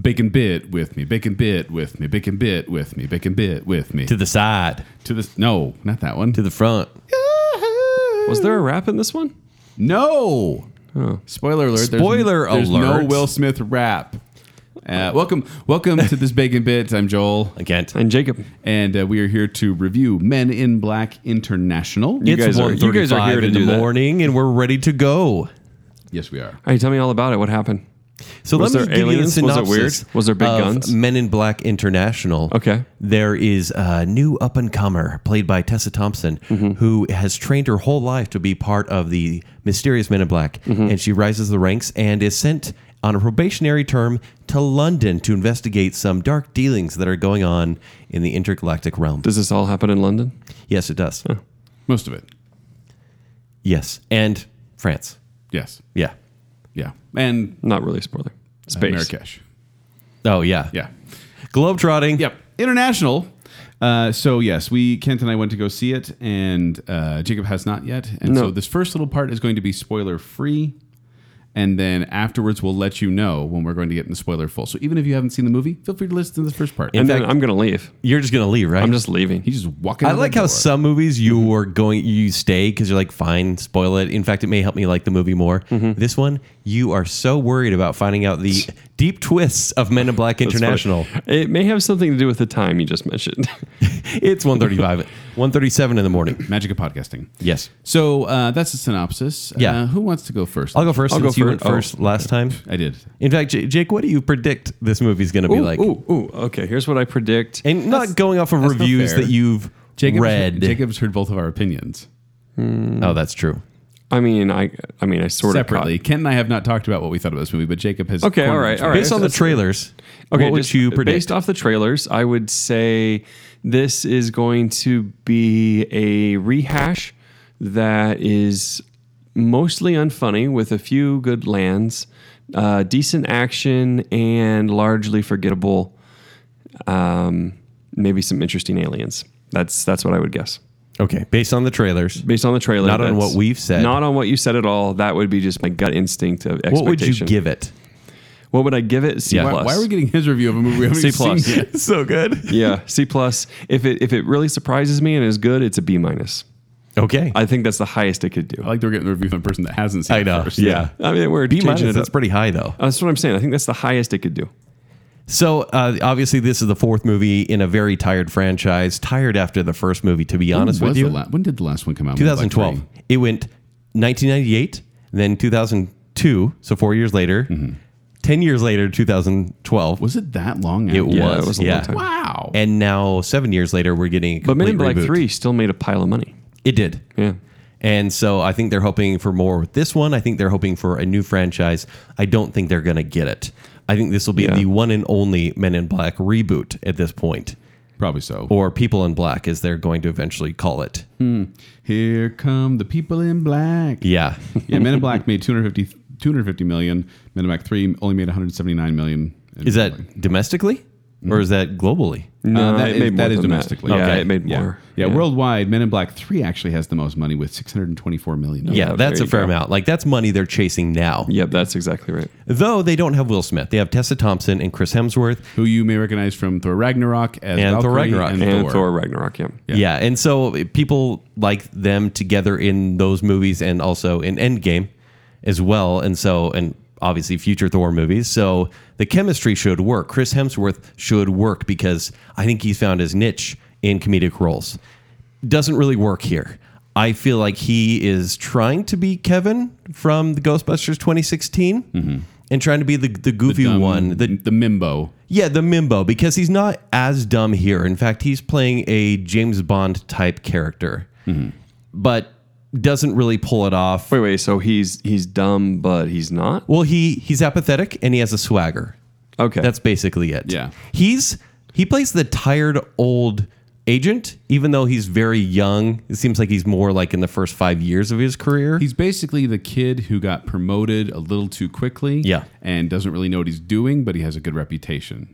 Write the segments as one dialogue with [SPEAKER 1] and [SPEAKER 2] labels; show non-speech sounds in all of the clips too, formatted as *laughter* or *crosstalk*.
[SPEAKER 1] bacon bit with me, bacon bit with me, bacon bit with me, bacon bit with me.
[SPEAKER 2] To the side,
[SPEAKER 1] To this, no, not that one.
[SPEAKER 2] to the front.
[SPEAKER 3] Was there a rap in this one?
[SPEAKER 1] No. Spoiler alert. there's-
[SPEAKER 2] Spoiler
[SPEAKER 1] there's,
[SPEAKER 2] alert.
[SPEAKER 1] no Will Smith rap. Uh, welcome, welcome to this Bacon Bits. I'm Joel,
[SPEAKER 2] I can't.
[SPEAKER 3] And Jacob,
[SPEAKER 1] and uh, we are here to review Men in Black International.
[SPEAKER 3] Yeah. guys are- you guys are
[SPEAKER 2] 1:35
[SPEAKER 3] here to
[SPEAKER 2] in
[SPEAKER 3] do
[SPEAKER 2] the
[SPEAKER 3] that.
[SPEAKER 2] morning, and we're ready to go.
[SPEAKER 1] Yes, we are.
[SPEAKER 3] all right, tell me all about it. What happened?
[SPEAKER 2] So
[SPEAKER 3] Was
[SPEAKER 2] let me
[SPEAKER 3] there
[SPEAKER 2] give
[SPEAKER 3] aliens?
[SPEAKER 2] you the
[SPEAKER 3] Was it
[SPEAKER 2] synopsis.
[SPEAKER 3] weird? Was there big
[SPEAKER 2] of
[SPEAKER 3] guns?
[SPEAKER 2] Men in Black International.
[SPEAKER 3] Okay.
[SPEAKER 2] There is a new up and comer played by Tessa Thompson
[SPEAKER 3] Mm-hmm.
[SPEAKER 2] who has trained her whole life to be part of the mysterious Men in Black,
[SPEAKER 3] Mm-hmm.
[SPEAKER 2] and she rises the ranks and is sent on a probationary term to London to investigate some dark dealings that are going on in the intergalactic realm.
[SPEAKER 3] Does this all happen in London?
[SPEAKER 2] yes, it does.
[SPEAKER 1] Most of it.
[SPEAKER 2] Yes, and France.
[SPEAKER 1] Yes.
[SPEAKER 2] Yeah.
[SPEAKER 1] Yeah. And
[SPEAKER 3] Not really a spoiler. Space.
[SPEAKER 1] Marrakesh.
[SPEAKER 2] Oh yeah.
[SPEAKER 1] Yeah.
[SPEAKER 2] Globetrotting.
[SPEAKER 1] Yep. International. Uh, so yes, we Kent and I went to go see it, and uh, Jacob has not yet. And
[SPEAKER 3] No.
[SPEAKER 1] so this first little part is going to be spoiler free, and then afterwards we'll let you know when we're going to get in the spoiler full. So even if you haven't seen the movie, feel free to listen to this first part.
[SPEAKER 3] And
[SPEAKER 2] In
[SPEAKER 3] then
[SPEAKER 2] fact-
[SPEAKER 3] I'm gonna leave.
[SPEAKER 2] You're just gonna leave, right?
[SPEAKER 3] I'm just leaving.
[SPEAKER 1] he's just walking.
[SPEAKER 2] I
[SPEAKER 1] out
[SPEAKER 2] like
[SPEAKER 1] the
[SPEAKER 2] how
[SPEAKER 1] door.
[SPEAKER 2] some movies you
[SPEAKER 3] Mm-hmm.
[SPEAKER 2] were going, you stay because you're like, fine, spoil it. In fact, it may help me like the movie more.
[SPEAKER 3] Mm-hmm.
[SPEAKER 2] This one, you are so worried about finding out the deep twists of Men in Black
[SPEAKER 3] *laughs*
[SPEAKER 2] International.
[SPEAKER 3] It may have something to do with the time you just mentioned.
[SPEAKER 2] It's 1:35, 1:37 in the morning.
[SPEAKER 1] magic of podcasting.
[SPEAKER 2] Yes,
[SPEAKER 1] So uh, that's the synopsis.
[SPEAKER 2] Yeah.
[SPEAKER 1] Uh, who wants to go 1st
[SPEAKER 2] I'll go 1st
[SPEAKER 3] I'll go Oh.
[SPEAKER 2] since you
[SPEAKER 3] fir-
[SPEAKER 2] went first last time.
[SPEAKER 1] I did.
[SPEAKER 2] In fact, J- Jake, what do you predict this movie's going to be
[SPEAKER 3] ooh,
[SPEAKER 2] *laughs* like?
[SPEAKER 3] ooh, ooh. Okay, here's what I predict.
[SPEAKER 2] And not going off of
[SPEAKER 1] not
[SPEAKER 2] reviews
[SPEAKER 1] fair.
[SPEAKER 2] that you've
[SPEAKER 1] Jacob's
[SPEAKER 2] read.
[SPEAKER 1] Jacob's heard both of our opinions
[SPEAKER 2] Oh, that's true.
[SPEAKER 3] I mean, I, I mean, I sort
[SPEAKER 1] separately.
[SPEAKER 3] of
[SPEAKER 1] Kent and I have not talked about what we thought of this movie, but Jacob has.
[SPEAKER 3] Okay, all
[SPEAKER 1] cornered
[SPEAKER 3] right,
[SPEAKER 1] us.
[SPEAKER 3] all right.
[SPEAKER 2] Based on the
[SPEAKER 3] that's-
[SPEAKER 2] trailers,
[SPEAKER 3] caught. Okay,
[SPEAKER 2] what would
[SPEAKER 3] just
[SPEAKER 2] you predict?
[SPEAKER 3] Based off the trailers, I would say this is going to be a rehash that is mostly unfunny with a few good lands, uh, decent action, and largely forgettable. Um, maybe some interesting aliens. That's that's what I would guess.
[SPEAKER 2] okay, based on the trailers.
[SPEAKER 3] based on the trailer.
[SPEAKER 2] Not on
[SPEAKER 3] that's-
[SPEAKER 2] what we've said.
[SPEAKER 3] Not on what you said at all. That would be just my gut instinct of expectation.
[SPEAKER 2] What would you give
[SPEAKER 3] *laughs*
[SPEAKER 2] it?
[SPEAKER 3] What would I give it? C
[SPEAKER 2] Yeah.
[SPEAKER 1] Why,
[SPEAKER 3] plus.
[SPEAKER 1] why are we getting his review of a movie we haven't
[SPEAKER 3] C
[SPEAKER 1] even seen
[SPEAKER 3] plus.
[SPEAKER 1] yet?
[SPEAKER 2] so good.
[SPEAKER 3] yeah, C plus. If it if it really surprises me and is good, it's a B minus.
[SPEAKER 2] Okay.
[SPEAKER 3] I think that's the highest it could do.
[SPEAKER 1] I like they're getting the review from a person that hasn't seen
[SPEAKER 2] I
[SPEAKER 1] it
[SPEAKER 2] know,
[SPEAKER 1] first.
[SPEAKER 2] yeah.
[SPEAKER 3] I mean, we're
[SPEAKER 2] B
[SPEAKER 3] changing
[SPEAKER 2] minus,
[SPEAKER 3] it up.
[SPEAKER 2] that's pretty high though.
[SPEAKER 3] that's what I'm saying. I think that's the highest it could do.
[SPEAKER 2] So uh, obviously, this is the fourth movie in a very tired franchise. Tired after the first movie, to be honest
[SPEAKER 1] When
[SPEAKER 2] with
[SPEAKER 1] was
[SPEAKER 2] you.
[SPEAKER 1] the la- when did the last one come out?
[SPEAKER 2] 2012.
[SPEAKER 1] Like,
[SPEAKER 2] it went 1998, then 2002. So four years later,
[SPEAKER 3] Mm-hmm.
[SPEAKER 2] ten years later, 2012.
[SPEAKER 1] was it that long?
[SPEAKER 2] it
[SPEAKER 1] after?
[SPEAKER 3] Yeah, it
[SPEAKER 2] was,
[SPEAKER 3] was a long
[SPEAKER 2] yeah.
[SPEAKER 3] time.
[SPEAKER 1] Wow.
[SPEAKER 2] And now seven years later, we're getting a
[SPEAKER 3] But Men
[SPEAKER 2] complete
[SPEAKER 3] in Black
[SPEAKER 2] reboot. Uh,
[SPEAKER 3] Three still made a pile of money.
[SPEAKER 2] It did.
[SPEAKER 3] Yeah.
[SPEAKER 2] And so I think they're hoping for more with this one. I think they're hoping for a new franchise. I don't think they're going to get it. I think this will be
[SPEAKER 3] Yeah.
[SPEAKER 2] the one and only Men in Black reboot at this point,
[SPEAKER 1] Probably so.
[SPEAKER 2] or People in Black, as they're going to eventually call it.
[SPEAKER 3] Hmm.
[SPEAKER 1] Here come the people in black.
[SPEAKER 3] *laughs*
[SPEAKER 2] Yeah.
[SPEAKER 1] Yeah, Men in Black made 250, 250 million. Men in Black 3 only made 179 million.
[SPEAKER 2] Is that domestically or is that globally?
[SPEAKER 1] No,
[SPEAKER 3] Uh,
[SPEAKER 1] that
[SPEAKER 3] it
[SPEAKER 1] is,
[SPEAKER 3] made more
[SPEAKER 1] that is
[SPEAKER 3] than that.
[SPEAKER 1] domestically.
[SPEAKER 3] Yeah,
[SPEAKER 2] Okay.
[SPEAKER 3] it made
[SPEAKER 1] Yeah.
[SPEAKER 3] more.
[SPEAKER 1] Yeah, worldwide, Men in Black 3 actually has the most money with 624 million.
[SPEAKER 2] Yeah,
[SPEAKER 3] Oh,
[SPEAKER 2] that's
[SPEAKER 3] there
[SPEAKER 2] a
[SPEAKER 3] you
[SPEAKER 2] fair
[SPEAKER 3] go.
[SPEAKER 2] amount. Like that's money they're chasing now.
[SPEAKER 3] Yep, that's exactly right.
[SPEAKER 2] Though they don't have Will Smith. They have Tessa Thompson and Chris Hemsworth.
[SPEAKER 1] Who you may recognize from Thor Ragnarok as
[SPEAKER 2] And Thor
[SPEAKER 1] Valkyrie
[SPEAKER 2] Ragnarok.
[SPEAKER 3] And
[SPEAKER 1] Thor.
[SPEAKER 3] Thor, Ragnarok. Yeah.
[SPEAKER 2] Yeah. And so people like them together in those movies and also in Endgame as well. And so, and obviously future Thor movies. So the chemistry should work. Chris Hemsworth should work because I think he's found his niche in comedic roles. Doesn't really work here. I feel like he is trying to be Kevin from the Ghostbusters 2016 and trying to be the, the goofy
[SPEAKER 1] Um,
[SPEAKER 2] one,
[SPEAKER 1] the, the Mimbo.
[SPEAKER 2] yeah, the Mimbo, because he's not as dumb here. In fact, he's playing a James Bond type character, but doesn't really pull it off.
[SPEAKER 3] Wait, wait. So he's he's dumb, but he's not.
[SPEAKER 2] Well, he he's apathetic and he has a swagger.
[SPEAKER 3] Okay.
[SPEAKER 2] That's basically it.
[SPEAKER 1] Yeah.
[SPEAKER 2] he's he plays the tired old agent, even though he's very young. It seems like he's more like in the first five years of his career.
[SPEAKER 1] He's basically the kid who got promoted a little too quickly.
[SPEAKER 2] Yeah.
[SPEAKER 1] And doesn't really know what he's doing, but he has a good reputation.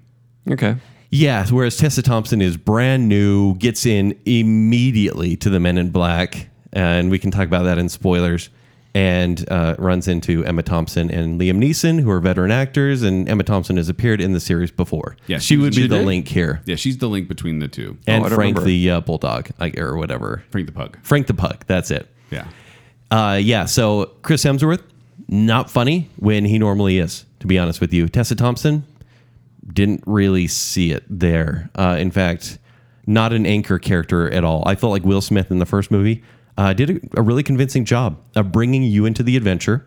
[SPEAKER 3] okay.
[SPEAKER 2] Yeah, whereas Tessa Thompson is brand new, gets in immediately to the Men in Black, and we can talk about that in spoilers. and uh, runs into Emma Thompson and Liam Neeson, who are veteran actors. And Emma Thompson has appeared in the series before.
[SPEAKER 1] Yeah,
[SPEAKER 2] she would
[SPEAKER 1] she
[SPEAKER 2] be the
[SPEAKER 1] did?
[SPEAKER 2] link here.
[SPEAKER 1] Yeah, she's the link between the two.
[SPEAKER 2] And
[SPEAKER 3] Oh, I don't
[SPEAKER 2] Frank
[SPEAKER 3] remember.
[SPEAKER 2] the uh, Bulldog, like, or whatever.
[SPEAKER 1] Frank the Pug.
[SPEAKER 2] Frank the Pug. That's it.
[SPEAKER 1] Yeah.
[SPEAKER 2] Uh, yeah, so Chris Hemsworth, not funny when he normally is, to be honest with you. Tessa Thompson, didn't really see it there. Uh, in fact, not an anchor character at all. I felt like Will Smith in the first movie uh, did a, a really convincing job of bringing you into the adventure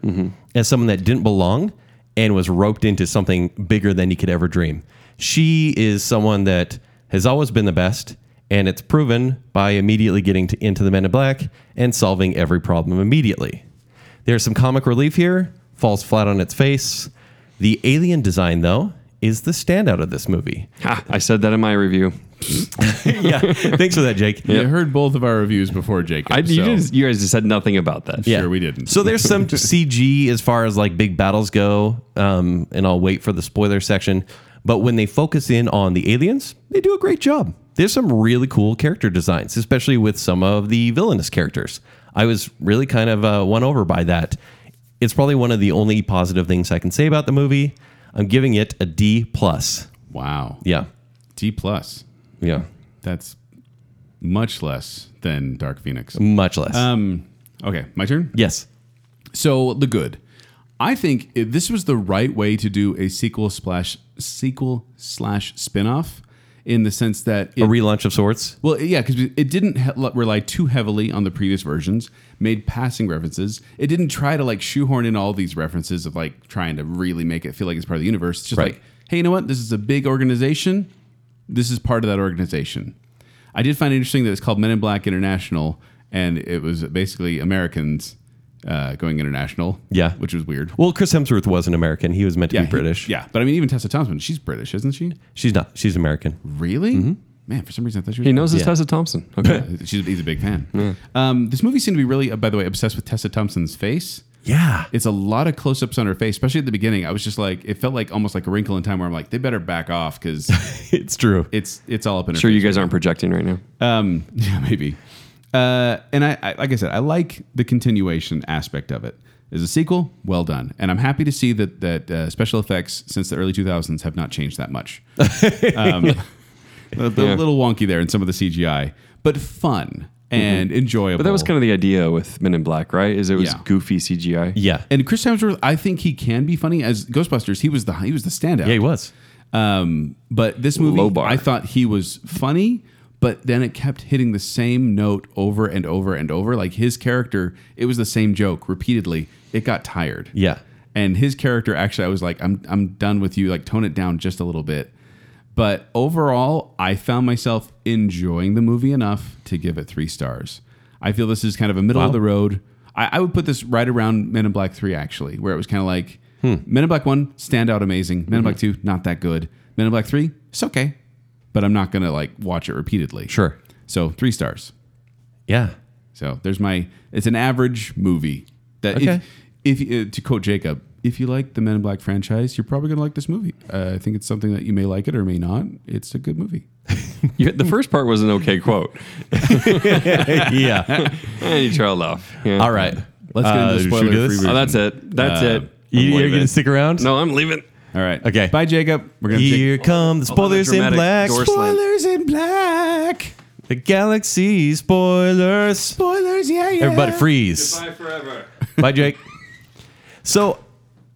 [SPEAKER 2] as someone that didn't belong and was roped into something bigger than he could ever dream. She is someone that has always been the best, and it's proven by immediately getting to, into the Men in Black and solving every problem immediately. There's some comic relief here, falls flat on its face. The alien design, though, is the standout of this movie.
[SPEAKER 3] Ha, Ah, I said that in my review.
[SPEAKER 2] yeah. *laughs* Thanks for that, Jake.
[SPEAKER 1] You heard both of our reviews before, Jacob.
[SPEAKER 3] I, you,
[SPEAKER 1] so-
[SPEAKER 3] just, you guys just said nothing about that.
[SPEAKER 1] Sure, we didn't.
[SPEAKER 2] So
[SPEAKER 1] *laughs*
[SPEAKER 2] there's some CG as far as like big battles go, um, and I'll wait for the spoiler section. But when they focus in on the aliens, they do a great job. There's some really cool character designs, especially with some of the villainous characters. I was really kind of uh, won over by that. It's probably one of the only positive things I can say about the movie. I'm giving it a D plus.
[SPEAKER 1] wow.
[SPEAKER 2] Yeah,
[SPEAKER 1] T plus.
[SPEAKER 2] yeah,
[SPEAKER 1] That's much less than Dark Phoenix.
[SPEAKER 2] much less.
[SPEAKER 1] Um. Okay, my turn.
[SPEAKER 2] yes.
[SPEAKER 1] So the good. I think if this was the right way to do a sequel splash sequel slash spinoff, in the sense that it
[SPEAKER 2] a relaunch of sorts.
[SPEAKER 1] Well, yeah, because it didn't he- le- rely too heavily on the previous versions, made passing references. It didn't try to like shoehorn in all these references of like trying to really make it feel like it's part of the universe. It's just
[SPEAKER 2] Right.
[SPEAKER 1] like, hey, you know what? This is a big organization. This is part of that organization. I did find it interesting that it's called Men in Black International, and it was basically Americans uh, going international.
[SPEAKER 2] Yeah.
[SPEAKER 1] Which was weird.
[SPEAKER 2] Well, Chris Hemsworth was an American. He was meant to
[SPEAKER 1] Yeah,
[SPEAKER 2] be British.
[SPEAKER 1] yeah. But I mean, even Tessa Thompson, she's British, isn't she?
[SPEAKER 2] She's not. She's American.
[SPEAKER 1] Really?
[SPEAKER 2] Mm-hmm.
[SPEAKER 1] Man, for some reason I thought she was.
[SPEAKER 3] He knows it's
[SPEAKER 2] Yeah.
[SPEAKER 3] Tessa Thompson. *laughs*
[SPEAKER 2] *laughs*
[SPEAKER 3] Okay.
[SPEAKER 1] She's, he's a big fan. Um, this movie seemed to be really, uh, by the way, obsessed with Tessa Thompson's face.
[SPEAKER 2] Yeah.
[SPEAKER 1] It's a lot of close-ups on her face, especially at the beginning. I was just like, it felt like almost like a wrinkle in time where I'm like, they better back off
[SPEAKER 3] *laughs*
[SPEAKER 1] because
[SPEAKER 2] *laughs* It's true.
[SPEAKER 1] it's it's all up in her.
[SPEAKER 3] sure, you guys aren't projecting right now.
[SPEAKER 1] Um, *laughs* yeah, maybe. Uh, and I, I, like I said, I like the continuation aspect of it. As a sequel, well done, and I'm happy to see that that uh, special effects since the early 2000s have not changed that
[SPEAKER 3] *laughs*
[SPEAKER 1] much. Um, they're A
[SPEAKER 3] Yeah.
[SPEAKER 1] little wonky there in some of the CGI, but fun and enjoyable.
[SPEAKER 3] Mm-hmm. But that was kind of the idea with Men in Black, right? Is it was
[SPEAKER 1] Yeah.
[SPEAKER 3] goofy CGI. *laughs*
[SPEAKER 2] Yeah.
[SPEAKER 1] And Chris Hemsworth, I think he can be funny as Ghostbusters. He was the he was the standout.
[SPEAKER 2] yeah, he was.
[SPEAKER 1] Um, but this
[SPEAKER 3] Low
[SPEAKER 1] movie,
[SPEAKER 3] bar.
[SPEAKER 1] I thought he was funny, but then it kept hitting the same note over and over and over. Like his character, it was the same joke repeatedly. It got tired.
[SPEAKER 2] Yeah.
[SPEAKER 1] And his character, actually, I was like, I'm I'm done with you. Like tone it down just a little bit. But overall, I found myself enjoying the movie enough to give it three stars. I feel this is kind of a middle of the road. I, I would put this right around Men in Black 3, actually, where it was kind of like Men in Black 1, standout amazing. Men in Black 2, not that good. Men in Black 3, it's okay. But I'm not going to like watch it repeatedly.
[SPEAKER 2] Sure.
[SPEAKER 1] So three stars.
[SPEAKER 2] Yeah.
[SPEAKER 1] So there's my, it's an average movie that if-
[SPEAKER 2] Okay.
[SPEAKER 1] if, uh, to quote Jacob, if you like the Men in Black franchise, you're probably going to like this movie. Uh, I think it's something that you may like it or may not. It's a good movie.
[SPEAKER 3] You- the first part was an okay quote.
[SPEAKER 2] yeah.
[SPEAKER 3] *laughs* And you trailed off. Yeah.
[SPEAKER 2] All right. Uh,
[SPEAKER 1] Let's get into
[SPEAKER 2] should we
[SPEAKER 1] spoiler
[SPEAKER 2] do
[SPEAKER 1] free
[SPEAKER 2] this?
[SPEAKER 1] review.
[SPEAKER 3] Oh, that's it. That's
[SPEAKER 1] Uh,
[SPEAKER 3] it. I'm
[SPEAKER 2] You, are
[SPEAKER 3] leaving.
[SPEAKER 2] going to stick around?
[SPEAKER 3] No, I'm leaving.
[SPEAKER 1] All right.
[SPEAKER 2] Okay.
[SPEAKER 1] Bye, Jacob. We're gonna
[SPEAKER 2] Here come the
[SPEAKER 3] on, the
[SPEAKER 2] spoilers in
[SPEAKER 3] dramatic
[SPEAKER 2] black.
[SPEAKER 3] door slam.
[SPEAKER 2] Spoilers in black. The galaxy spoilers. Spoilers. Yeah, yeah. Everybody freeze.
[SPEAKER 3] forever.
[SPEAKER 2] Bye, Jake. So
[SPEAKER 1] take-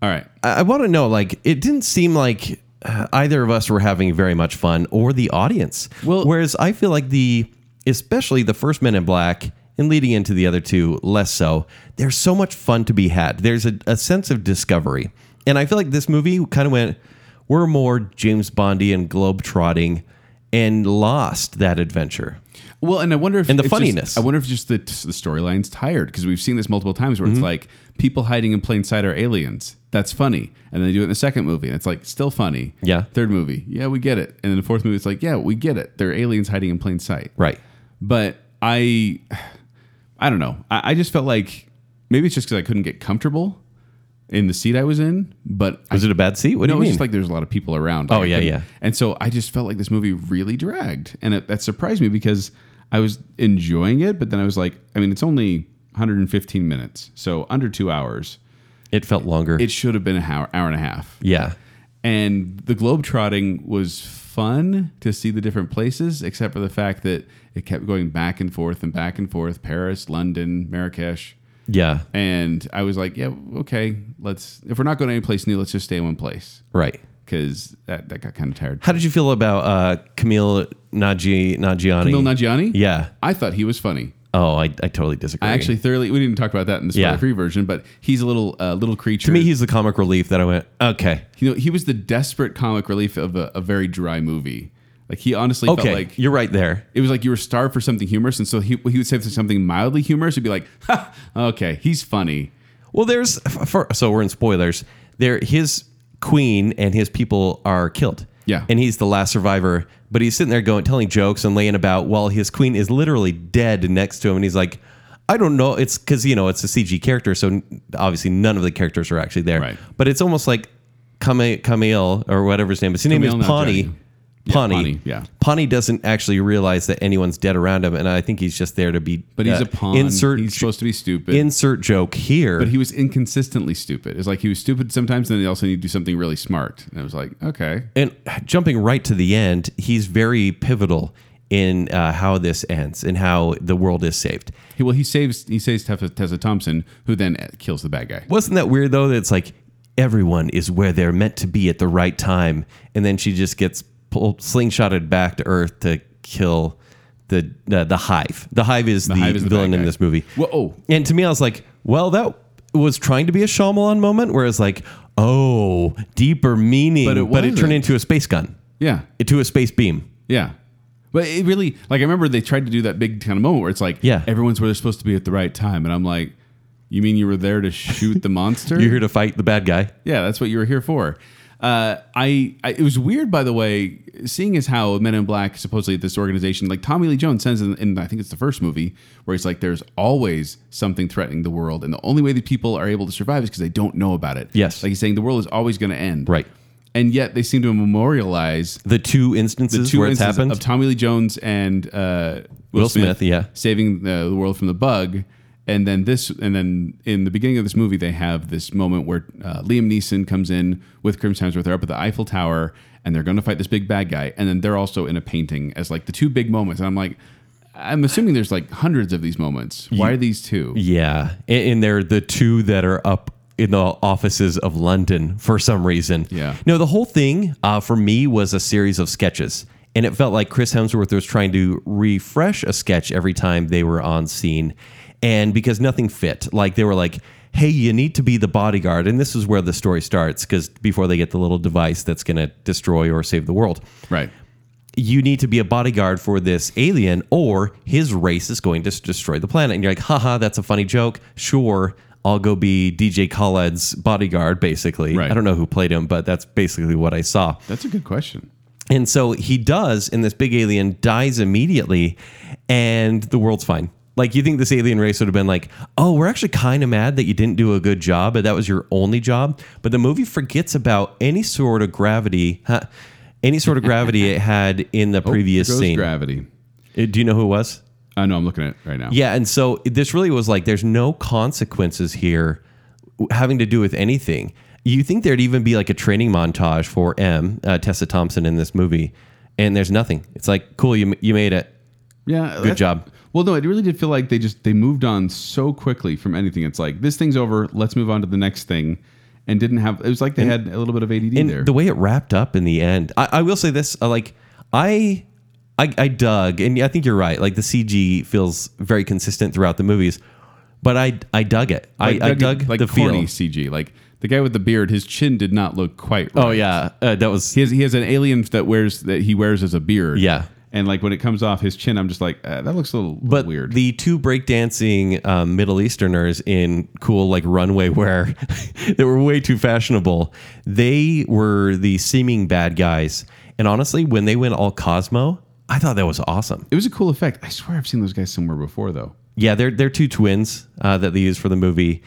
[SPEAKER 1] All right.
[SPEAKER 2] I, I want to know, like, it didn't seem like uh, either of us were having very much fun, or the audience.
[SPEAKER 1] Well-
[SPEAKER 2] whereas I feel like the, especially the first Men in Black, and leading into the other two, less so. There's so much fun to be had. There's a, a sense of discovery, and I feel like this movie kind of went. We're more James Bondy and globe trotting, and lost that adventure.
[SPEAKER 1] Well, and I wonder if
[SPEAKER 2] And the
[SPEAKER 1] it's just-
[SPEAKER 2] funniness.
[SPEAKER 1] I wonder if just the, the storyline's tired because we've seen this multiple times
[SPEAKER 2] Mm-hmm.
[SPEAKER 1] where it's like people hiding in plain sight are aliens. That's funny, and then they do it in the second movie, and it's like still funny.
[SPEAKER 2] Yeah.
[SPEAKER 1] Third movie, yeah, we get it, and then the fourth movie, it's like, yeah, we get it. They're aliens hiding in plain sight.
[SPEAKER 2] Right.
[SPEAKER 1] But I, I don't know. I, I just felt like maybe it's just because I couldn't get comfortable in the seat I was in, but I
[SPEAKER 2] Was it a bad seat? What do
[SPEAKER 1] no,
[SPEAKER 2] you
[SPEAKER 1] it was
[SPEAKER 2] mean?
[SPEAKER 1] just like there's a lot of people around.
[SPEAKER 2] Oh,
[SPEAKER 1] Like, I
[SPEAKER 2] yeah,
[SPEAKER 1] couldn't-
[SPEAKER 2] yeah.
[SPEAKER 1] And so I just felt like this movie really dragged, and it, that surprised me because I was enjoying it, but then I was like, I mean, it's only 115 minutes, so under two hours.
[SPEAKER 2] It felt longer.
[SPEAKER 1] It should have been an hour, hour and a half.
[SPEAKER 2] yeah.
[SPEAKER 1] And the globetrotting was fun to see the different places, except for the fact that it kept going back and forth and back and forth Paris, London, Marrakesh.
[SPEAKER 2] Yeah.
[SPEAKER 1] And I was like, yeah, okay, let's, if we're not going to any place new, let's just stay in one place.
[SPEAKER 2] Right.
[SPEAKER 1] Because that, that got kind of tired.
[SPEAKER 2] How did you feel about uh, Camille Naji Nagiani?
[SPEAKER 1] Bill Nagiani?
[SPEAKER 2] Yeah.
[SPEAKER 1] I thought he was funny.
[SPEAKER 2] Oh, I, I totally disagree.
[SPEAKER 1] I actually thoroughly, we didn't talk about that in the spoiler
[SPEAKER 2] Yeah.
[SPEAKER 1] free version, but he's a little, uh, little creature.
[SPEAKER 2] to me, he's the comic relief that I went. Okay.
[SPEAKER 1] you know, he was the desperate comic relief of a, a very dry movie. Like he honestly
[SPEAKER 2] Okay.
[SPEAKER 1] felt like
[SPEAKER 2] You're right there.
[SPEAKER 1] it was like you were starved for something humorous, and so he, he would say something mildly humorous, he'd be like, *laughs* ha, "Okay, he's funny."
[SPEAKER 2] Well, there's for, so we're in spoilers. There, his queen and his people are killed.
[SPEAKER 1] Yeah.
[SPEAKER 2] and he's the last survivor. But he's sitting there going, telling jokes and laying about while his queen is literally dead next to him, and he's like, "I don't know." It's because you know it's a CG character, so n- obviously none of the characters are actually there.
[SPEAKER 1] Right.
[SPEAKER 2] But it's almost like Cam- Camille or whatever his name is. His name is
[SPEAKER 1] Camille
[SPEAKER 2] Pawnee.
[SPEAKER 1] Nanjiani.
[SPEAKER 2] Pawnee.
[SPEAKER 1] Pawnee, yeah.
[SPEAKER 2] Pawnee doesn't actually realize that anyone's dead around him, and I think he's just there to be.
[SPEAKER 1] But he's a
[SPEAKER 2] uh,
[SPEAKER 1] pawn.
[SPEAKER 2] Insert
[SPEAKER 1] he's supposed to be stupid,
[SPEAKER 2] insert joke here.
[SPEAKER 1] but he was inconsistently stupid. It's like he was stupid sometimes, and then he also needed to do something really smart. And I was like, "Okay,
[SPEAKER 2] and jumping right to the end, he's very pivotal in uh, how this ends and how the world is saved.
[SPEAKER 1] he, well, he saves he saves Tessa, Tessa Thompson, who then kills the bad guy."
[SPEAKER 2] Wasn't that weird though? That it's like everyone is where they're meant to be at the right time, and then she just gets pulled, slingshotted back to Earth to kill the uh, the Hive. The Hive is the,
[SPEAKER 1] Hive is the
[SPEAKER 2] villain
[SPEAKER 1] bad
[SPEAKER 2] in
[SPEAKER 1] guy.
[SPEAKER 2] this movie.
[SPEAKER 1] Whoa, oh.
[SPEAKER 2] And to me, I was like, well, that was trying to be a Shyamalan moment, where it's like, oh, deeper meaning,
[SPEAKER 1] But it
[SPEAKER 2] but it turned
[SPEAKER 1] wasn't.
[SPEAKER 2] into a space gun,
[SPEAKER 1] Yeah,
[SPEAKER 2] into a space beam.
[SPEAKER 1] Yeah. But it really, like, I remember they tried to do that big kind of moment where it's like,
[SPEAKER 2] Yeah.
[SPEAKER 1] everyone's where they're supposed to be at the right time. And I'm like, you mean you were there to shoot
[SPEAKER 2] *laughs*
[SPEAKER 1] the monster?
[SPEAKER 2] You're here to fight the bad guy.
[SPEAKER 1] yeah, that's what you were here for. Uh, I, I, it was weird, by the way, seeing as how Men in Black, supposedly at this organization, like Tommy Lee Jones says in, in, I think it's the first movie, where it's like, there's always something threatening the world. And the only way that people are able to survive is because they don't know about it.
[SPEAKER 2] Yes.
[SPEAKER 1] Like he's saying, the world is always going to end.
[SPEAKER 2] Right.
[SPEAKER 1] And yet they seem to memorialize
[SPEAKER 2] The two instances
[SPEAKER 1] the two
[SPEAKER 2] where it's
[SPEAKER 1] instances
[SPEAKER 2] happened.
[SPEAKER 1] of Tommy Lee Jones and uh, Will,
[SPEAKER 2] Will Smith, yeah.
[SPEAKER 1] saving the, the world from the bug, and then this, and then in the beginning of this movie, they have this moment where uh, Liam Neeson comes in with Chris Hemsworth. They're up at the Eiffel Tower, and they're going to fight this big bad guy, and then they're also in a painting as like the two big moments. And I'm like, I'm assuming there's like hundreds of these moments. Why are these two?
[SPEAKER 2] yeah, and, and they're the two that are up in the offices of London for some reason.
[SPEAKER 1] Yeah.
[SPEAKER 2] No, the whole thing uh, for me was a series of sketches, and it felt like Chris Hemsworth was trying to refresh a sketch every time they were on scene, and because nothing fit, like they were like. Hey, you need to be the bodyguard. And this is where the story starts because before they get the little device that's going to destroy or save the world.
[SPEAKER 1] Right.
[SPEAKER 2] you need to be a bodyguard for this alien or his race is going to s- destroy the planet. And you're like, haha, that's a funny joke. Sure, I'll go be DJ Khaled's bodyguard, basically.
[SPEAKER 1] Right.
[SPEAKER 2] I don't know who played him, but that's basically what I saw.
[SPEAKER 1] That's a good question.
[SPEAKER 2] And so he does, and this big alien dies immediately, and the world's fine. Like, you think this alien race would have been like, oh, we're actually kind of mad that you didn't do a good job, but that was your only job. But the movie forgets about any sort of gravity, huh, any sort of gravity it had in the previous
[SPEAKER 1] There goes
[SPEAKER 2] scene.
[SPEAKER 1] gravity.
[SPEAKER 2] Uh, Do you know who it was?
[SPEAKER 1] I know. I'm looking at it right now.
[SPEAKER 2] Yeah, and so this really was like there's no consequences here w- having to do with anything. You think there'd even be like a training montage for M uh, Tessa Thompson in this movie, and there's nothing. It's like cool, you m- you made it.
[SPEAKER 1] Yeah,
[SPEAKER 2] Good
[SPEAKER 1] that's-
[SPEAKER 2] job.
[SPEAKER 1] Well, no, it really did feel like they just they moved on so quickly from anything. It's like this thing's over. Let's move on to the next thing, and didn't have. It was like they had a little bit of ADD
[SPEAKER 2] And
[SPEAKER 1] there.
[SPEAKER 2] the way it wrapped up in the end, I, I will say this: uh, like I, I, I dug, and I think you're right. Like the CG feels very consistent throughout the movies, but I, I dug it.
[SPEAKER 1] Like,
[SPEAKER 2] I, I dug
[SPEAKER 1] like
[SPEAKER 2] the
[SPEAKER 1] corny
[SPEAKER 2] feel.
[SPEAKER 1] CG. Like the guy with the beard, his chin did not look quite. right.
[SPEAKER 2] Oh yeah, uh, that was
[SPEAKER 1] he has he has an alien that wears that he wears as a beard.
[SPEAKER 2] Yeah.
[SPEAKER 1] and like when it comes off his chin, I'm just like uh, that looks a little
[SPEAKER 2] but
[SPEAKER 1] weird.
[SPEAKER 2] the two breakdancing um, Middle Easterners in cool like runway wear *laughs* that were way too fashionable, they were the seeming bad guys. And honestly, when they went all Cosmo, I thought that was awesome.
[SPEAKER 1] it was a cool effect. I swear I've seen those guys somewhere before though.
[SPEAKER 2] Yeah, they're they're two twins uh, that they use for the movie,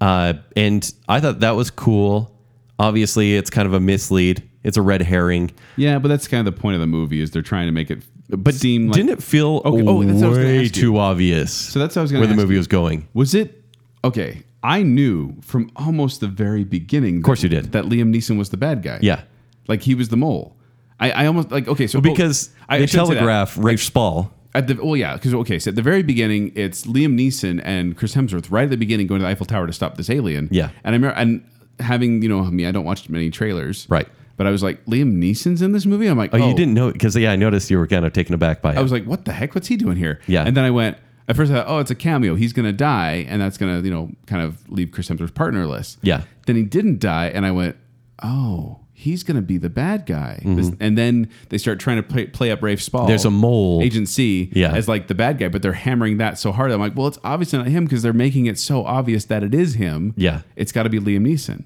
[SPEAKER 2] uh, and I thought that was cool. Obviously, it's kind of a mislead. It's a red herring.
[SPEAKER 1] Yeah, but that's kind of the point of the movie is they're trying to make it but seem like
[SPEAKER 2] Didn't it feel
[SPEAKER 1] Okay, oh, that's what I was gonna
[SPEAKER 2] way
[SPEAKER 1] ask you.
[SPEAKER 2] too obvious? So
[SPEAKER 1] that's what I was gonna
[SPEAKER 2] where the
[SPEAKER 1] ask
[SPEAKER 2] movie was going.
[SPEAKER 1] Was it okay? I knew from almost the very beginning. Of
[SPEAKER 2] course you did.
[SPEAKER 1] That Liam Neeson was the bad guy.
[SPEAKER 2] Yeah.
[SPEAKER 1] like he was the mole. I, I almost like okay. So
[SPEAKER 2] Because
[SPEAKER 1] oh, I
[SPEAKER 2] they
[SPEAKER 1] shouldn't say that.
[SPEAKER 2] telegraph Rafe Spall.
[SPEAKER 1] At the well, yeah, because okay, so at the very beginning, it's Liam Neeson and Chris Hemsworth right at the beginning going to the Eiffel Tower to stop this alien.
[SPEAKER 2] Yeah.
[SPEAKER 1] and I remember and having you know I mean I don't watch many trailers,
[SPEAKER 2] Right.
[SPEAKER 1] But I was like Liam Neeson's in this movie. I'm like,
[SPEAKER 2] Oh, you didn't know because yeah, I noticed you were kind of taken aback by it.
[SPEAKER 1] I was like, what the heck? What's he doing here?
[SPEAKER 2] Yeah.
[SPEAKER 1] and then I went. At first, I thought, oh, it's a cameo. He's gonna die, and that's gonna you know kind of leave Chris Hemsworth partnerless.
[SPEAKER 2] Yeah.
[SPEAKER 1] Then he didn't die, and I went, oh. He's going to be the bad guy. This- and then they start trying to play, play up Rafe Spall.
[SPEAKER 2] Mm-hmm. There's a mole.
[SPEAKER 1] Agent C
[SPEAKER 2] Yeah.
[SPEAKER 1] as like the bad guy, but they're hammering that so hard. I'm like, well, it's obviously not him because they're making it so obvious that it is him.
[SPEAKER 2] Yeah.
[SPEAKER 1] It's got to be Liam Neeson.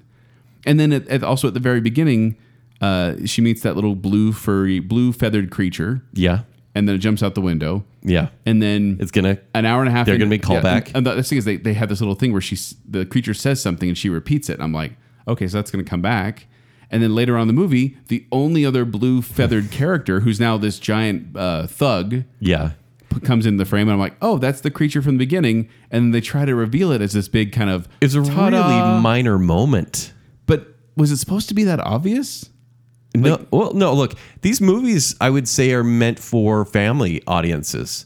[SPEAKER 1] And then at, at- also at the very beginning, uh, she meets that little blue furry, blue feathered creature,
[SPEAKER 2] yeah,
[SPEAKER 1] and then it jumps out the window.
[SPEAKER 2] yeah.
[SPEAKER 1] And then
[SPEAKER 2] It's gonna
[SPEAKER 1] an hour and a half.
[SPEAKER 2] They're
[SPEAKER 1] in-
[SPEAKER 2] gonna be callback.
[SPEAKER 1] and, and the thing is, they, they have this little thing where she s- the creature says something and she repeats it. I'm like, okay, so that's gonna come back. And then later on in the movie, the only other blue
[SPEAKER 2] *laughs*
[SPEAKER 1] feathered character, who's now this giant uh, thug,
[SPEAKER 2] yeah.
[SPEAKER 1] p- comes into the frame, and I'm like, oh, that's the creature from the beginning. And they try to reveal it as this big kind of.
[SPEAKER 2] It's a
[SPEAKER 1] ta-da.
[SPEAKER 2] really minor moment.
[SPEAKER 1] But was it supposed to be that obvious?
[SPEAKER 2] no, well, no. Look, these movies I would say are meant for family audiences.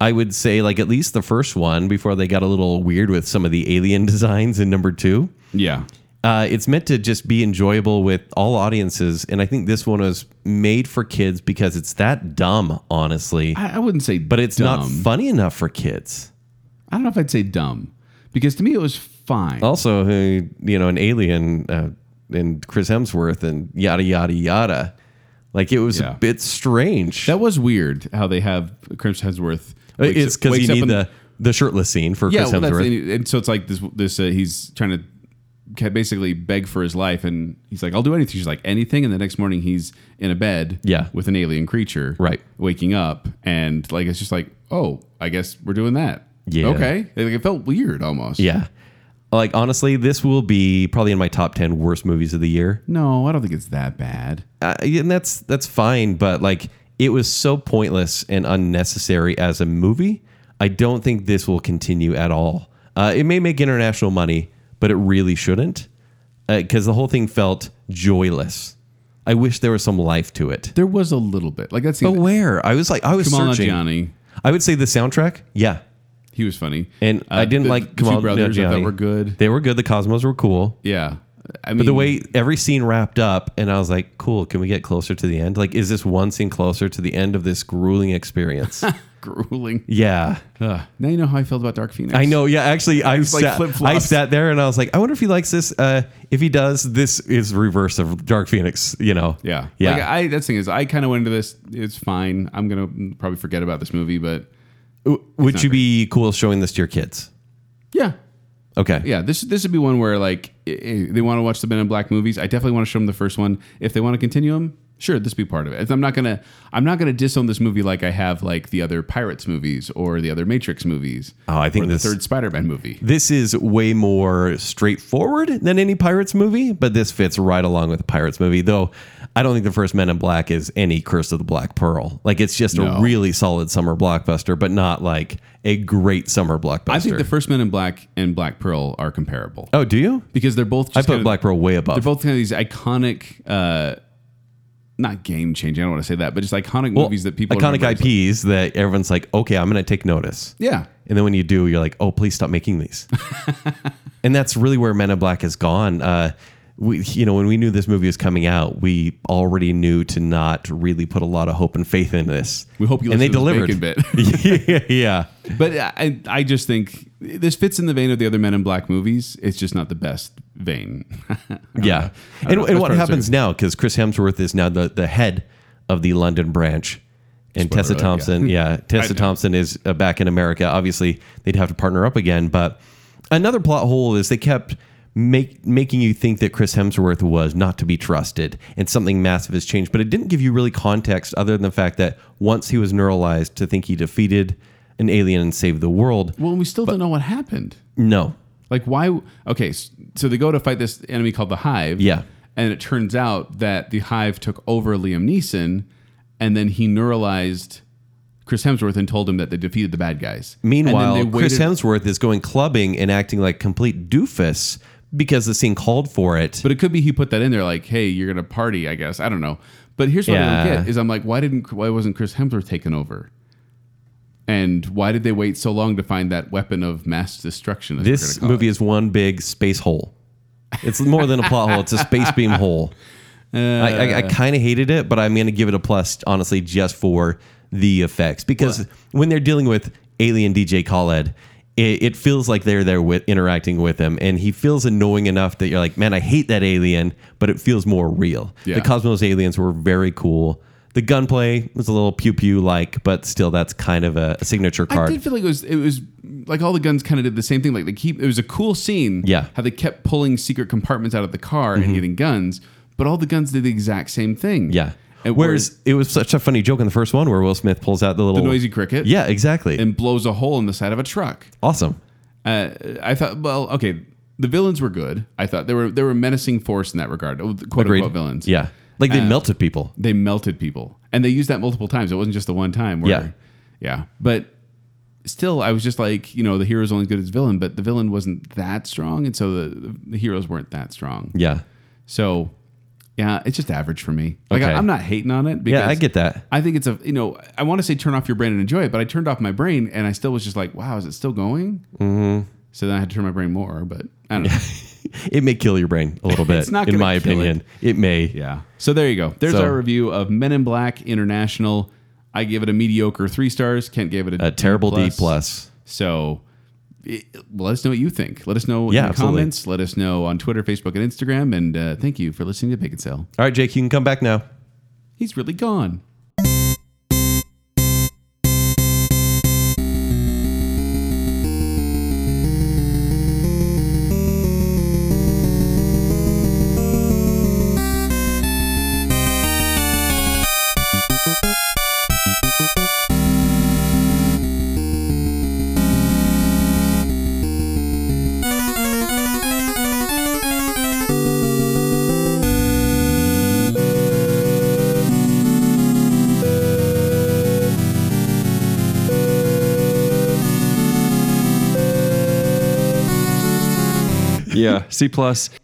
[SPEAKER 2] I would say like at least the first one before they got a little weird with some of the alien *laughs* designs in number two.
[SPEAKER 1] Yeah.
[SPEAKER 2] Uh, it's meant to just be enjoyable with all audiences, and I think this one was made for kids because it's that dumb, honestly.
[SPEAKER 1] I, I wouldn't say,
[SPEAKER 2] But it's
[SPEAKER 1] dumb.
[SPEAKER 2] not funny enough for kids.
[SPEAKER 1] I don't know if I'd say dumb, because to me it was fine.
[SPEAKER 2] also uh, you know an alien uh, and chris hemsworth and yada yada yada like it was
[SPEAKER 1] Yeah.
[SPEAKER 2] a bit strange Uh,
[SPEAKER 1] That was weird how they have Chris Hemsworth. wakes
[SPEAKER 2] it's
[SPEAKER 1] up-
[SPEAKER 2] because
[SPEAKER 1] wakes
[SPEAKER 2] you
[SPEAKER 1] up
[SPEAKER 2] need
[SPEAKER 1] in-
[SPEAKER 2] the the shirtless scene for
[SPEAKER 1] yeah.
[SPEAKER 2] chris
[SPEAKER 1] well, that's,
[SPEAKER 2] hemsworth
[SPEAKER 1] and, and so it's like this. This uh, he's trying to ca- basically beg for his life, and he's like, "I'll do anything." She's like, "Anything." And the next morning, he's in a bed,
[SPEAKER 2] Yeah.
[SPEAKER 1] with an alien creature,
[SPEAKER 2] Right.
[SPEAKER 1] Waking up, and like it's just like, "Oh, I guess we're doing that."
[SPEAKER 2] Yeah.
[SPEAKER 1] Okay. Like, it felt weird almost.
[SPEAKER 2] yeah like honestly this will be probably in my top 10 worst movies of the year
[SPEAKER 1] No, I don't think it's that bad.
[SPEAKER 2] uh, and that's that's fine but like it was so pointless and unnecessary as a movie i don't think this will continue at all uh, it may make international money but it really shouldn't because the whole thing felt joyless i wish there was some life to it
[SPEAKER 1] There was a little bit like that's
[SPEAKER 2] but where i was like i was
[SPEAKER 1] Kamal
[SPEAKER 2] searching
[SPEAKER 1] Nanjiani.
[SPEAKER 2] i would say the soundtrack yeah
[SPEAKER 1] He was funny,
[SPEAKER 2] and i
[SPEAKER 1] Uh,
[SPEAKER 2] didn't
[SPEAKER 1] the-
[SPEAKER 2] like
[SPEAKER 1] the
[SPEAKER 2] Kamal
[SPEAKER 1] two brothers I thought
[SPEAKER 2] Nanjiani.
[SPEAKER 1] were good.
[SPEAKER 2] they were good the cosmos were cool
[SPEAKER 1] Yeah, I mean
[SPEAKER 2] but the way every scene wrapped up, and I was like, cool, can we get closer to the end? Like, is this one scene closer to the end of this
[SPEAKER 1] *laughs*
[SPEAKER 2] grueling experience?
[SPEAKER 1] grueling.
[SPEAKER 2] yeah.
[SPEAKER 1] Ugh. *laughs* Now you know how I felt about Dark Phoenix.
[SPEAKER 2] I know. Yeah. Actually, I,
[SPEAKER 1] like
[SPEAKER 2] sat,
[SPEAKER 1] flip-flops.
[SPEAKER 2] I sat there and I was like, I wonder if he likes this. Uh, if he does, this is reverse of Dark Phoenix, you know?
[SPEAKER 1] Yeah,
[SPEAKER 2] Yeah.
[SPEAKER 1] Like, I that's the thing is, I kind of went into this. It's fine. I'm gonna probably forget about this movie, but
[SPEAKER 2] W- Would you be cool showing this to your kids?
[SPEAKER 1] yeah,
[SPEAKER 2] Okay.
[SPEAKER 1] yeah. This this would be one where like i- i- they want to watch the Men in Black movies. I definitely want to show them the first one. If they want to continue them, sure, this be part of it. I'm not gonna I'm not gonna disown this movie like I have like the other Pirates movies or the other Matrix movies.
[SPEAKER 2] Oh, I think
[SPEAKER 1] or the
[SPEAKER 2] this-
[SPEAKER 1] third Spider-Man movie.
[SPEAKER 2] This is way more straightforward than any Pirates movie, but this fits right along with the Pirates movie. Though I don't think the first Men in Black is any Curse of the Black Pearl. Like it's just
[SPEAKER 1] No.
[SPEAKER 2] a really solid summer blockbuster, but not like a great summer blockbuster.
[SPEAKER 1] I think the first Men in Black and Black Pearl are comparable
[SPEAKER 2] oh, do you?
[SPEAKER 1] because they're both. Just
[SPEAKER 2] I put
[SPEAKER 1] kind of-
[SPEAKER 2] Black Pearl way
[SPEAKER 1] They're
[SPEAKER 2] above.
[SPEAKER 1] both kind of these iconic, uh, not game changing. I don't want to say that, but just iconic
[SPEAKER 2] Well,
[SPEAKER 1] movies that people
[SPEAKER 2] iconic
[SPEAKER 1] remember. It's
[SPEAKER 2] IPs that everyone's like, okay, I'm going to take notice.
[SPEAKER 1] like- yeah,
[SPEAKER 2] And then when you do, you're like, oh, please stop making
[SPEAKER 1] *laughs*
[SPEAKER 2] these. and that's really where Men in Black has gone. Uh, we, you know, when we knew this movie was coming out, we already knew to not really put a lot of hope and faith in this.
[SPEAKER 1] we hope you.
[SPEAKER 2] and they
[SPEAKER 1] listen to
[SPEAKER 2] delivered.
[SPEAKER 1] this bacon bit.
[SPEAKER 2] *laughs* yeah,
[SPEAKER 1] *laughs* but I, I just think this fits in the vein of the other Men in Black movies. It's just not the best vein. *laughs* I don't know.
[SPEAKER 2] yeah.
[SPEAKER 1] I don't
[SPEAKER 2] And,
[SPEAKER 1] know.
[SPEAKER 2] and
[SPEAKER 1] Uh, That's
[SPEAKER 2] what
[SPEAKER 1] part of the
[SPEAKER 2] happens
[SPEAKER 1] story.
[SPEAKER 2] now? Because Chris Hemsworth is now the, the head of the London branch, and
[SPEAKER 1] Spoiler
[SPEAKER 2] Tessa
[SPEAKER 1] alert, yeah. *laughs*
[SPEAKER 2] Thompson, yeah, Tessa
[SPEAKER 1] know.
[SPEAKER 2] Thompson is uh, back in America. Obviously, they'd have to partner up again. But another plot hole is they kept make, making you think that Chris Hemsworth was not to be trusted, and something massive has changed. But it didn't give you really context other than the fact that once he was neuralized to think he defeated an alien and saved the world.
[SPEAKER 1] Well, we still don't know what happened.
[SPEAKER 2] No,
[SPEAKER 1] Like why? Okay, s- so they go to fight this enemy called the Hive.
[SPEAKER 2] Yeah.
[SPEAKER 1] and it turns out that the Hive took over Liam Neeson, and then he neuralized Chris Hemsworth and told him that they defeated the bad guys. And then they
[SPEAKER 2] Meanwhile, Chris
[SPEAKER 1] waited-
[SPEAKER 2] Hemsworth is going clubbing and acting like a complete doofus because the scene called for it.
[SPEAKER 1] But it could be he put that in there, like, "Hey, you're gonna party," I guess. I don't know. But here's what I don't
[SPEAKER 2] Yeah.
[SPEAKER 1] get is I'm like, why didn't why wasn't Chris Hemsworth taken over? And why did they wait so long to find that weapon of mass destruction? As
[SPEAKER 2] this movie is one big space hole. It's more than a plot hole; it's a space beam hole. I, I, I kind of hated it, but I'm going to give it a plus, honestly, just for the effects. Because when they're dealing with alien DJ Khaled, it, it feels like they're there with interacting with him, and he feels annoying enough that you're like, man, I hate that alien, but it feels more real.
[SPEAKER 1] Yeah.
[SPEAKER 2] The Cosmos aliens were very cool. The gunplay was a little pew pew like, but still, that's kind of a, a signature
[SPEAKER 1] I
[SPEAKER 2] card.
[SPEAKER 1] did feel like it was it was like all the guns kind of did the same thing. Like they keep it was a cool scene.
[SPEAKER 2] Yeah. Mm-hmm.
[SPEAKER 1] how they kept pulling secret compartments out of the car and getting guns, but all the guns did the exact same thing.
[SPEAKER 2] Yeah.
[SPEAKER 1] And
[SPEAKER 2] Whereas it was such a funny joke in the first one where Will Smith pulls out the little
[SPEAKER 1] the noisy cricket.
[SPEAKER 2] Yeah, exactly.
[SPEAKER 1] and blows a hole in the side of a truck.
[SPEAKER 2] awesome.
[SPEAKER 1] uh, I thought, well, okay, the villains were good. I thought they were they were a menacing force in that regard. oh, the Quote
[SPEAKER 2] Agreed.
[SPEAKER 1] unquote villains. Uh,
[SPEAKER 2] Yeah, like they melted people.
[SPEAKER 1] they melted people, and they used that multiple times. It wasn't just the one time. Where,
[SPEAKER 2] Yeah.
[SPEAKER 1] yeah. But still, I was just like, you know, the hero's only as good as villain, but the villain wasn't that strong, and so the the heroes weren't that strong.
[SPEAKER 2] Yeah,
[SPEAKER 1] So, yeah, it's just average for me. Like
[SPEAKER 2] Okay.
[SPEAKER 1] I, am not hating on it. Because
[SPEAKER 2] yeah, I get that.
[SPEAKER 1] I think it's a you know I want to say turn off your brain and enjoy it, but I turned off my brain and I still was just like, wow, is it still going? Mm-hmm. So then I had to turn my brain more, but I don't know.
[SPEAKER 2] It may kill your brain a little bit.
[SPEAKER 1] *laughs* It's not
[SPEAKER 2] in
[SPEAKER 1] gonna
[SPEAKER 2] my
[SPEAKER 1] kill
[SPEAKER 2] opinion. It, may.
[SPEAKER 1] *laughs* yeah. So there you go. There's
[SPEAKER 2] So-
[SPEAKER 1] our review of Men in Black International. I give it a mediocre three stars. Kent gave it a,
[SPEAKER 2] A
[SPEAKER 1] D
[SPEAKER 2] terrible D plus.
[SPEAKER 1] So it, let us know what you think. Let us know
[SPEAKER 2] Yeah,
[SPEAKER 1] in the
[SPEAKER 2] absolutely.
[SPEAKER 1] comments. Let us know on Twitter, Facebook, and Instagram. And uh, thank you for listening to Bacon Sale.
[SPEAKER 2] All right, Jake, you can come back now.
[SPEAKER 1] He's really gone.
[SPEAKER 3] yeah, C plus.